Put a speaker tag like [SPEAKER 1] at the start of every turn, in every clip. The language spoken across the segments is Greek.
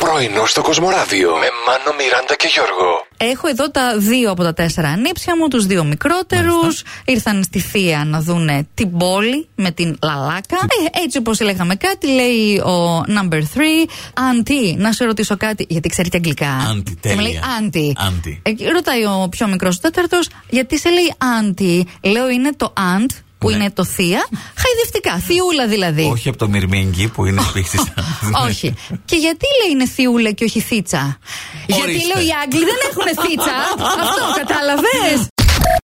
[SPEAKER 1] Πρωινό στο Κοσμοράδιο με Μάνο, Μιράντα και Γιώργο.
[SPEAKER 2] Έχω εδώ τα δύο από τα τέσσερα ανήψια μου, τους δύο μικρότερους. Ήρθαν στη Θεία να δουν την πόλη με την λαλάκα. Ε, έτσι όπως λέγαμε κάτι, λέει ο number 3. Αντί να σε ρωτήσω κάτι, γιατί ξέρει και αγγλικά.
[SPEAKER 3] Άντι,
[SPEAKER 2] Και Μου λέει
[SPEAKER 3] τέλεια.
[SPEAKER 2] Άντι.
[SPEAKER 3] Άντι.
[SPEAKER 2] Ε, ρωτάει ο πιο μικρός, ο τέταρτος, γιατί σε λέει Άντι. Λέω είναι το Αντ, που
[SPEAKER 3] Ναι.
[SPEAKER 2] είναι το Θεία. Χαϊδευτικά, Θιούλα δηλαδή.
[SPEAKER 3] Όχι από το Μυρμήγκι που είναι Ναι. επίση.
[SPEAKER 2] Όχι. Και γιατί λέει είναι θιούλα και όχι θίτσα. Γιατί
[SPEAKER 3] Ορίστε.
[SPEAKER 2] λέω οι Άγγλοι δεν έχουν θίτσα. Αυτό κατάλαβες.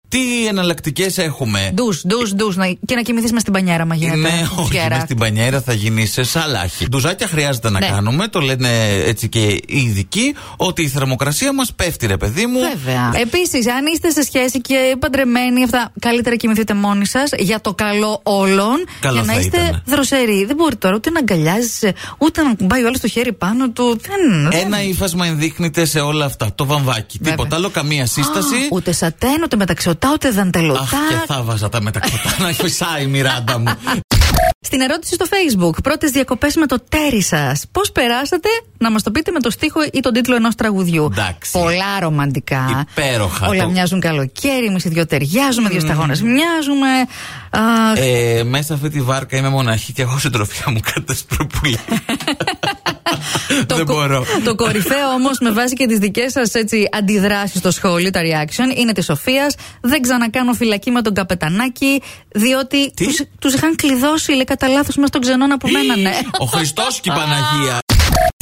[SPEAKER 3] Τι εναλλακτικές έχουμε.
[SPEAKER 2] Ντους, ντους, ντους. Και να κοιμηθείς μες στην πανιέρα μα γίνεται.
[SPEAKER 3] Ναι, όχι,
[SPEAKER 2] Κέρα.
[SPEAKER 3] μες στην πανιέρα θα γίνεις σε σαλάχι. Ντουζάκια χρειάζεται να
[SPEAKER 2] Ναι.
[SPEAKER 3] κάνουμε, το λένε έτσι και οι ειδικοί, ότι η θερμοκρασία μας πέφτει, ρε παιδί μου.
[SPEAKER 2] Βέβαια. Επίσης, αν είστε σε σχέση και παντρεμένοι, αυτά, καλύτερα κοιμηθείτε μόνοι σας για το καλό όλων.
[SPEAKER 3] Καλό
[SPEAKER 2] για να
[SPEAKER 3] θα
[SPEAKER 2] είστε
[SPEAKER 3] ήταν.
[SPEAKER 2] δροσεροί. Δεν μπορεί τώρα ούτε να αγκαλιάζεις, ούτε να κουμπάει όλο το χέρι πάνω του. Δεν. δεν-
[SPEAKER 3] Ένα ύφασμα ενδείχνεται σε όλα αυτά. Το βαμβάκι.
[SPEAKER 2] Βέβαια.
[SPEAKER 3] Τίποτα άλλο, καμία σύσταση.
[SPEAKER 2] Α, Ούτε σατέν, ούτε μεταξιωτά, ούτε δαντελωτά.
[SPEAKER 3] Αχ, και θα βάζα τα μεταξωτά να φυσάει η Μιράντα μου.
[SPEAKER 2] Στην ερώτηση στο Facebook, πρώτες διακοπές με το τέρι σας. Πώς περάσατε να μας το πείτε με το στίχο ή τον τίτλο ενός τραγουδιού.
[SPEAKER 3] Εντάξει.
[SPEAKER 2] Πολλά ρομαντικά.
[SPEAKER 3] Υπέροχα.
[SPEAKER 2] Όλα
[SPEAKER 3] Το-
[SPEAKER 2] μοιάζουν καλοκαίρι, εμείς οι δυο ταιριάζουμε, δύο σταγόνες μοιάζουμε. Α,
[SPEAKER 3] ε, μέσα αυτή τη βάρκα είμαι μοναχή και έχω συντροφιά μου κάτω σπροπούλα. Ε, Δεν
[SPEAKER 2] κο-
[SPEAKER 3] μπορώ.
[SPEAKER 2] το κορυφαίο όμως με βάση και τις δικές σας αντιδράσεις στο σχόλιο, τα reaction, είναι της Σοφίας. Δεν ξανακάνω φυλακή με τον καπετανάκι, διότι
[SPEAKER 3] Τι?
[SPEAKER 2] τους, τους είχαν κλειδώσει, λέει, κατά λάθος μα τον ξενών απομένανε.
[SPEAKER 3] Ο Χριστός και η Παναγία.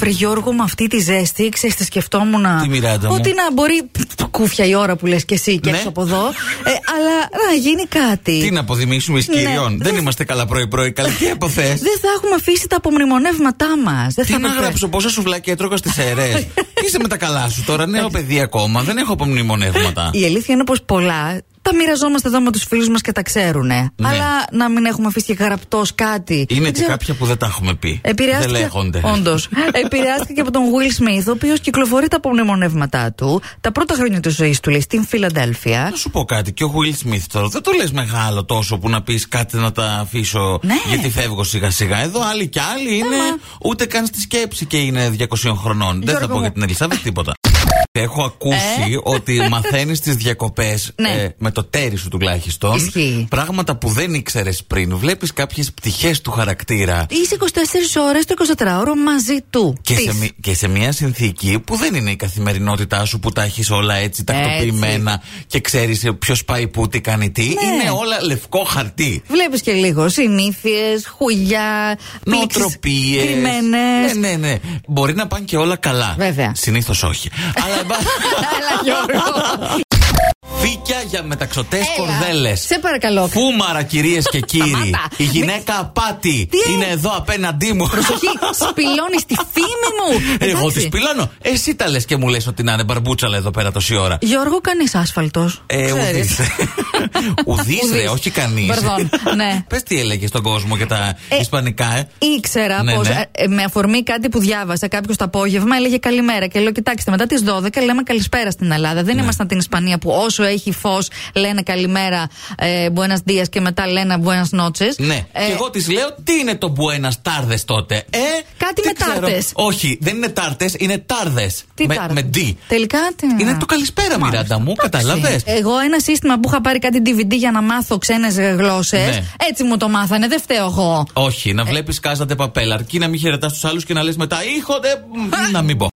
[SPEAKER 2] Βρε Γιώργο, με αυτή τη ζέστη, ξέρεις τι σκεφτόμουν.
[SPEAKER 3] Τι, Μιράντα μου?
[SPEAKER 2] Ότι να μπορεί. Κούφια η ώρα που λες και εσύ και
[SPEAKER 3] Ναι.
[SPEAKER 2] έξω από εδώ. Ε, αλλά να γίνει κάτι.
[SPEAKER 3] Τι να αποδημήσουμε εις
[SPEAKER 2] Ναι.
[SPEAKER 3] κυριών. Δεν
[SPEAKER 2] Δεν-
[SPEAKER 3] είμαστε καλά πρωί-πρωί. Καλή τι αποθέ.
[SPEAKER 2] Δεν θα έχουμε αφήσει τα απομνημονεύματά μας. Δεν
[SPEAKER 3] Τι
[SPEAKER 2] θα
[SPEAKER 3] να
[SPEAKER 2] έχουμε-
[SPEAKER 3] γράψω, πόσα σουβλάκια έτρωγα στις αιρέ. Είσαι με τα καλά σου τώρα, νέο παιδί ακόμα. Δεν έχω απομνημονεύματα.
[SPEAKER 2] Η αλήθεια είναι πως πολλά τα μοιραζόμαστε εδώ με τους φίλους μας και τα ξέρουν. Αλλά να μην έχουμε αφήσει και γραπτός κάτι.
[SPEAKER 3] Ναι.
[SPEAKER 2] Δεν
[SPEAKER 3] Είναι και
[SPEAKER 2] ξέρω-
[SPEAKER 3] κάποια που δεν τα έχουμε πει. Δεν
[SPEAKER 2] Επηρεάστηκε,
[SPEAKER 3] λέγονται.
[SPEAKER 2] Όντως. επηρεάστηκε και από τον Will Smith, ο οποίος κυκλοφορεί τα απομνημονεύματά του τα πρώτα χρόνια της ζωής του, λέει, στην Φιλαδέλφια.
[SPEAKER 3] Να σου πω κάτι. Και ο Will Smith τώρα δεν το λες μεγάλο τόσο που να πεις κάτι να τα αφήσω.
[SPEAKER 2] Ναι.
[SPEAKER 3] Γιατί φεύγω σιγά-σιγά. Εδώ άλλοι και άλλοι είναι ούτε καν στη σκέψη και είναι 200 χρονών. δεν θα
[SPEAKER 2] Γιώργο
[SPEAKER 3] πω για
[SPEAKER 2] μου. Ε.
[SPEAKER 3] την Ελισάβετ τίποτα. Έχω ακούσει ότι μαθαίνεις τις διακοπές
[SPEAKER 2] Ναι.
[SPEAKER 3] ε, με το τέρι σου τουλάχιστον.
[SPEAKER 2] Ισχύει.
[SPEAKER 3] Πράγματα που δεν ήξερες πριν. Βλέπεις κάποιες πτυχές του χαρακτήρα.
[SPEAKER 2] Είσαι 24 ώρες το 24ωρο μαζί του.
[SPEAKER 3] Και σε,
[SPEAKER 2] Της.
[SPEAKER 3] μη- και σε μια συνθήκη που δεν είναι η καθημερινότητά σου που τα έχεις όλα έτσι τακτοποιημένα και ξέρεις ποιος πάει πού, τι κάνει τι.
[SPEAKER 2] Ναι.
[SPEAKER 3] Είναι όλα λευκό χαρτί.
[SPEAKER 2] Βλέπεις και λίγο συνήθειες, χουλιά,
[SPEAKER 3] Νοοτροπίες.
[SPEAKER 2] Κρυμμένες.
[SPEAKER 3] Ναι, ναι, ναι. Μπορεί να πάνε και όλα καλά.
[SPEAKER 2] Βέβαια.
[SPEAKER 3] Συνήθως όχι. Αλλά εν πά-
[SPEAKER 2] Έλα, Γιώργο.
[SPEAKER 3] φύκια για μεταξωτές
[SPEAKER 2] Έλα.
[SPEAKER 3] κορδέλες.
[SPEAKER 2] Σε παρακαλώ.
[SPEAKER 3] Φούμαρα, κυρίες και κύριοι.
[SPEAKER 2] Σταμάτα. Ναι.
[SPEAKER 3] η γυναίκα απάτη
[SPEAKER 2] Τι
[SPEAKER 3] είναι
[SPEAKER 2] έ-
[SPEAKER 3] εδώ απέναντί μου.
[SPEAKER 2] Προσοχή, σπηλώνεις τη φήμη μου.
[SPEAKER 3] Εγώ
[SPEAKER 2] Εντάξει.
[SPEAKER 3] τη πιλάνω. Εσύ τα λες και μου λες ότι να είναι μπαρμπούτσαλα εδώ πέρα τόση ώρα.
[SPEAKER 2] Γιώργο, κανείς άσφαλτος.
[SPEAKER 3] Ε, ουδής. ουδής ρε,
[SPEAKER 2] Ουδής.
[SPEAKER 3] όχι κανείς.
[SPEAKER 2] Παρδόν, ναι.
[SPEAKER 3] Πες τι έλεγες στον κόσμο για τα
[SPEAKER 2] Ε,
[SPEAKER 3] ισπανικά, ε.
[SPEAKER 2] Ήξερα
[SPEAKER 3] Ναι,
[SPEAKER 2] πως
[SPEAKER 3] ναι.
[SPEAKER 2] ε, ε, με αφορμή κάτι που διάβασα κάποιος το απόγευμα έλεγε καλημέρα. Και λέω: Κοιτάξτε, μετά τις 12 λέμε καλησπέρα στην Ελλάδα.
[SPEAKER 3] Ναι.
[SPEAKER 2] Δεν ήμασταν την Ισπανία που όσο έχει φω λένε καλημέρα ε, Buenas dias και μετά λένε Buenas noches.
[SPEAKER 3] Ναι.
[SPEAKER 2] Ε,
[SPEAKER 3] και εγώ της λέω τι είναι το Buenas Tardes τότε. Ε,
[SPEAKER 2] Κάτι
[SPEAKER 3] τι
[SPEAKER 2] με
[SPEAKER 3] ξέρω.
[SPEAKER 2] τάρτες.
[SPEAKER 3] Όχι, δεν είναι τάρτες, είναι τάρδες.
[SPEAKER 2] Τι
[SPEAKER 3] με,
[SPEAKER 2] τάρτα.
[SPEAKER 3] με D.
[SPEAKER 2] Τελικά τι. Ε,
[SPEAKER 3] Είναι το καλησπέρα, Μιράντα μου, κατάλαβες.
[SPEAKER 2] Εγώ ένα σύστημα που είχα πάρει κάτι DVD για να μάθω ξένες γλώσσες.
[SPEAKER 3] Ναι.
[SPEAKER 2] Έτσι μου το μάθανε, δεν φταίω εγώ.
[SPEAKER 3] όχι,
[SPEAKER 2] Ε.
[SPEAKER 3] να βλέπεις κάζατε παπέλα. Αρκεί να μην χαιρετάς τους άλλους και να λες μετά ήχο. δε, μ, Να μην πω.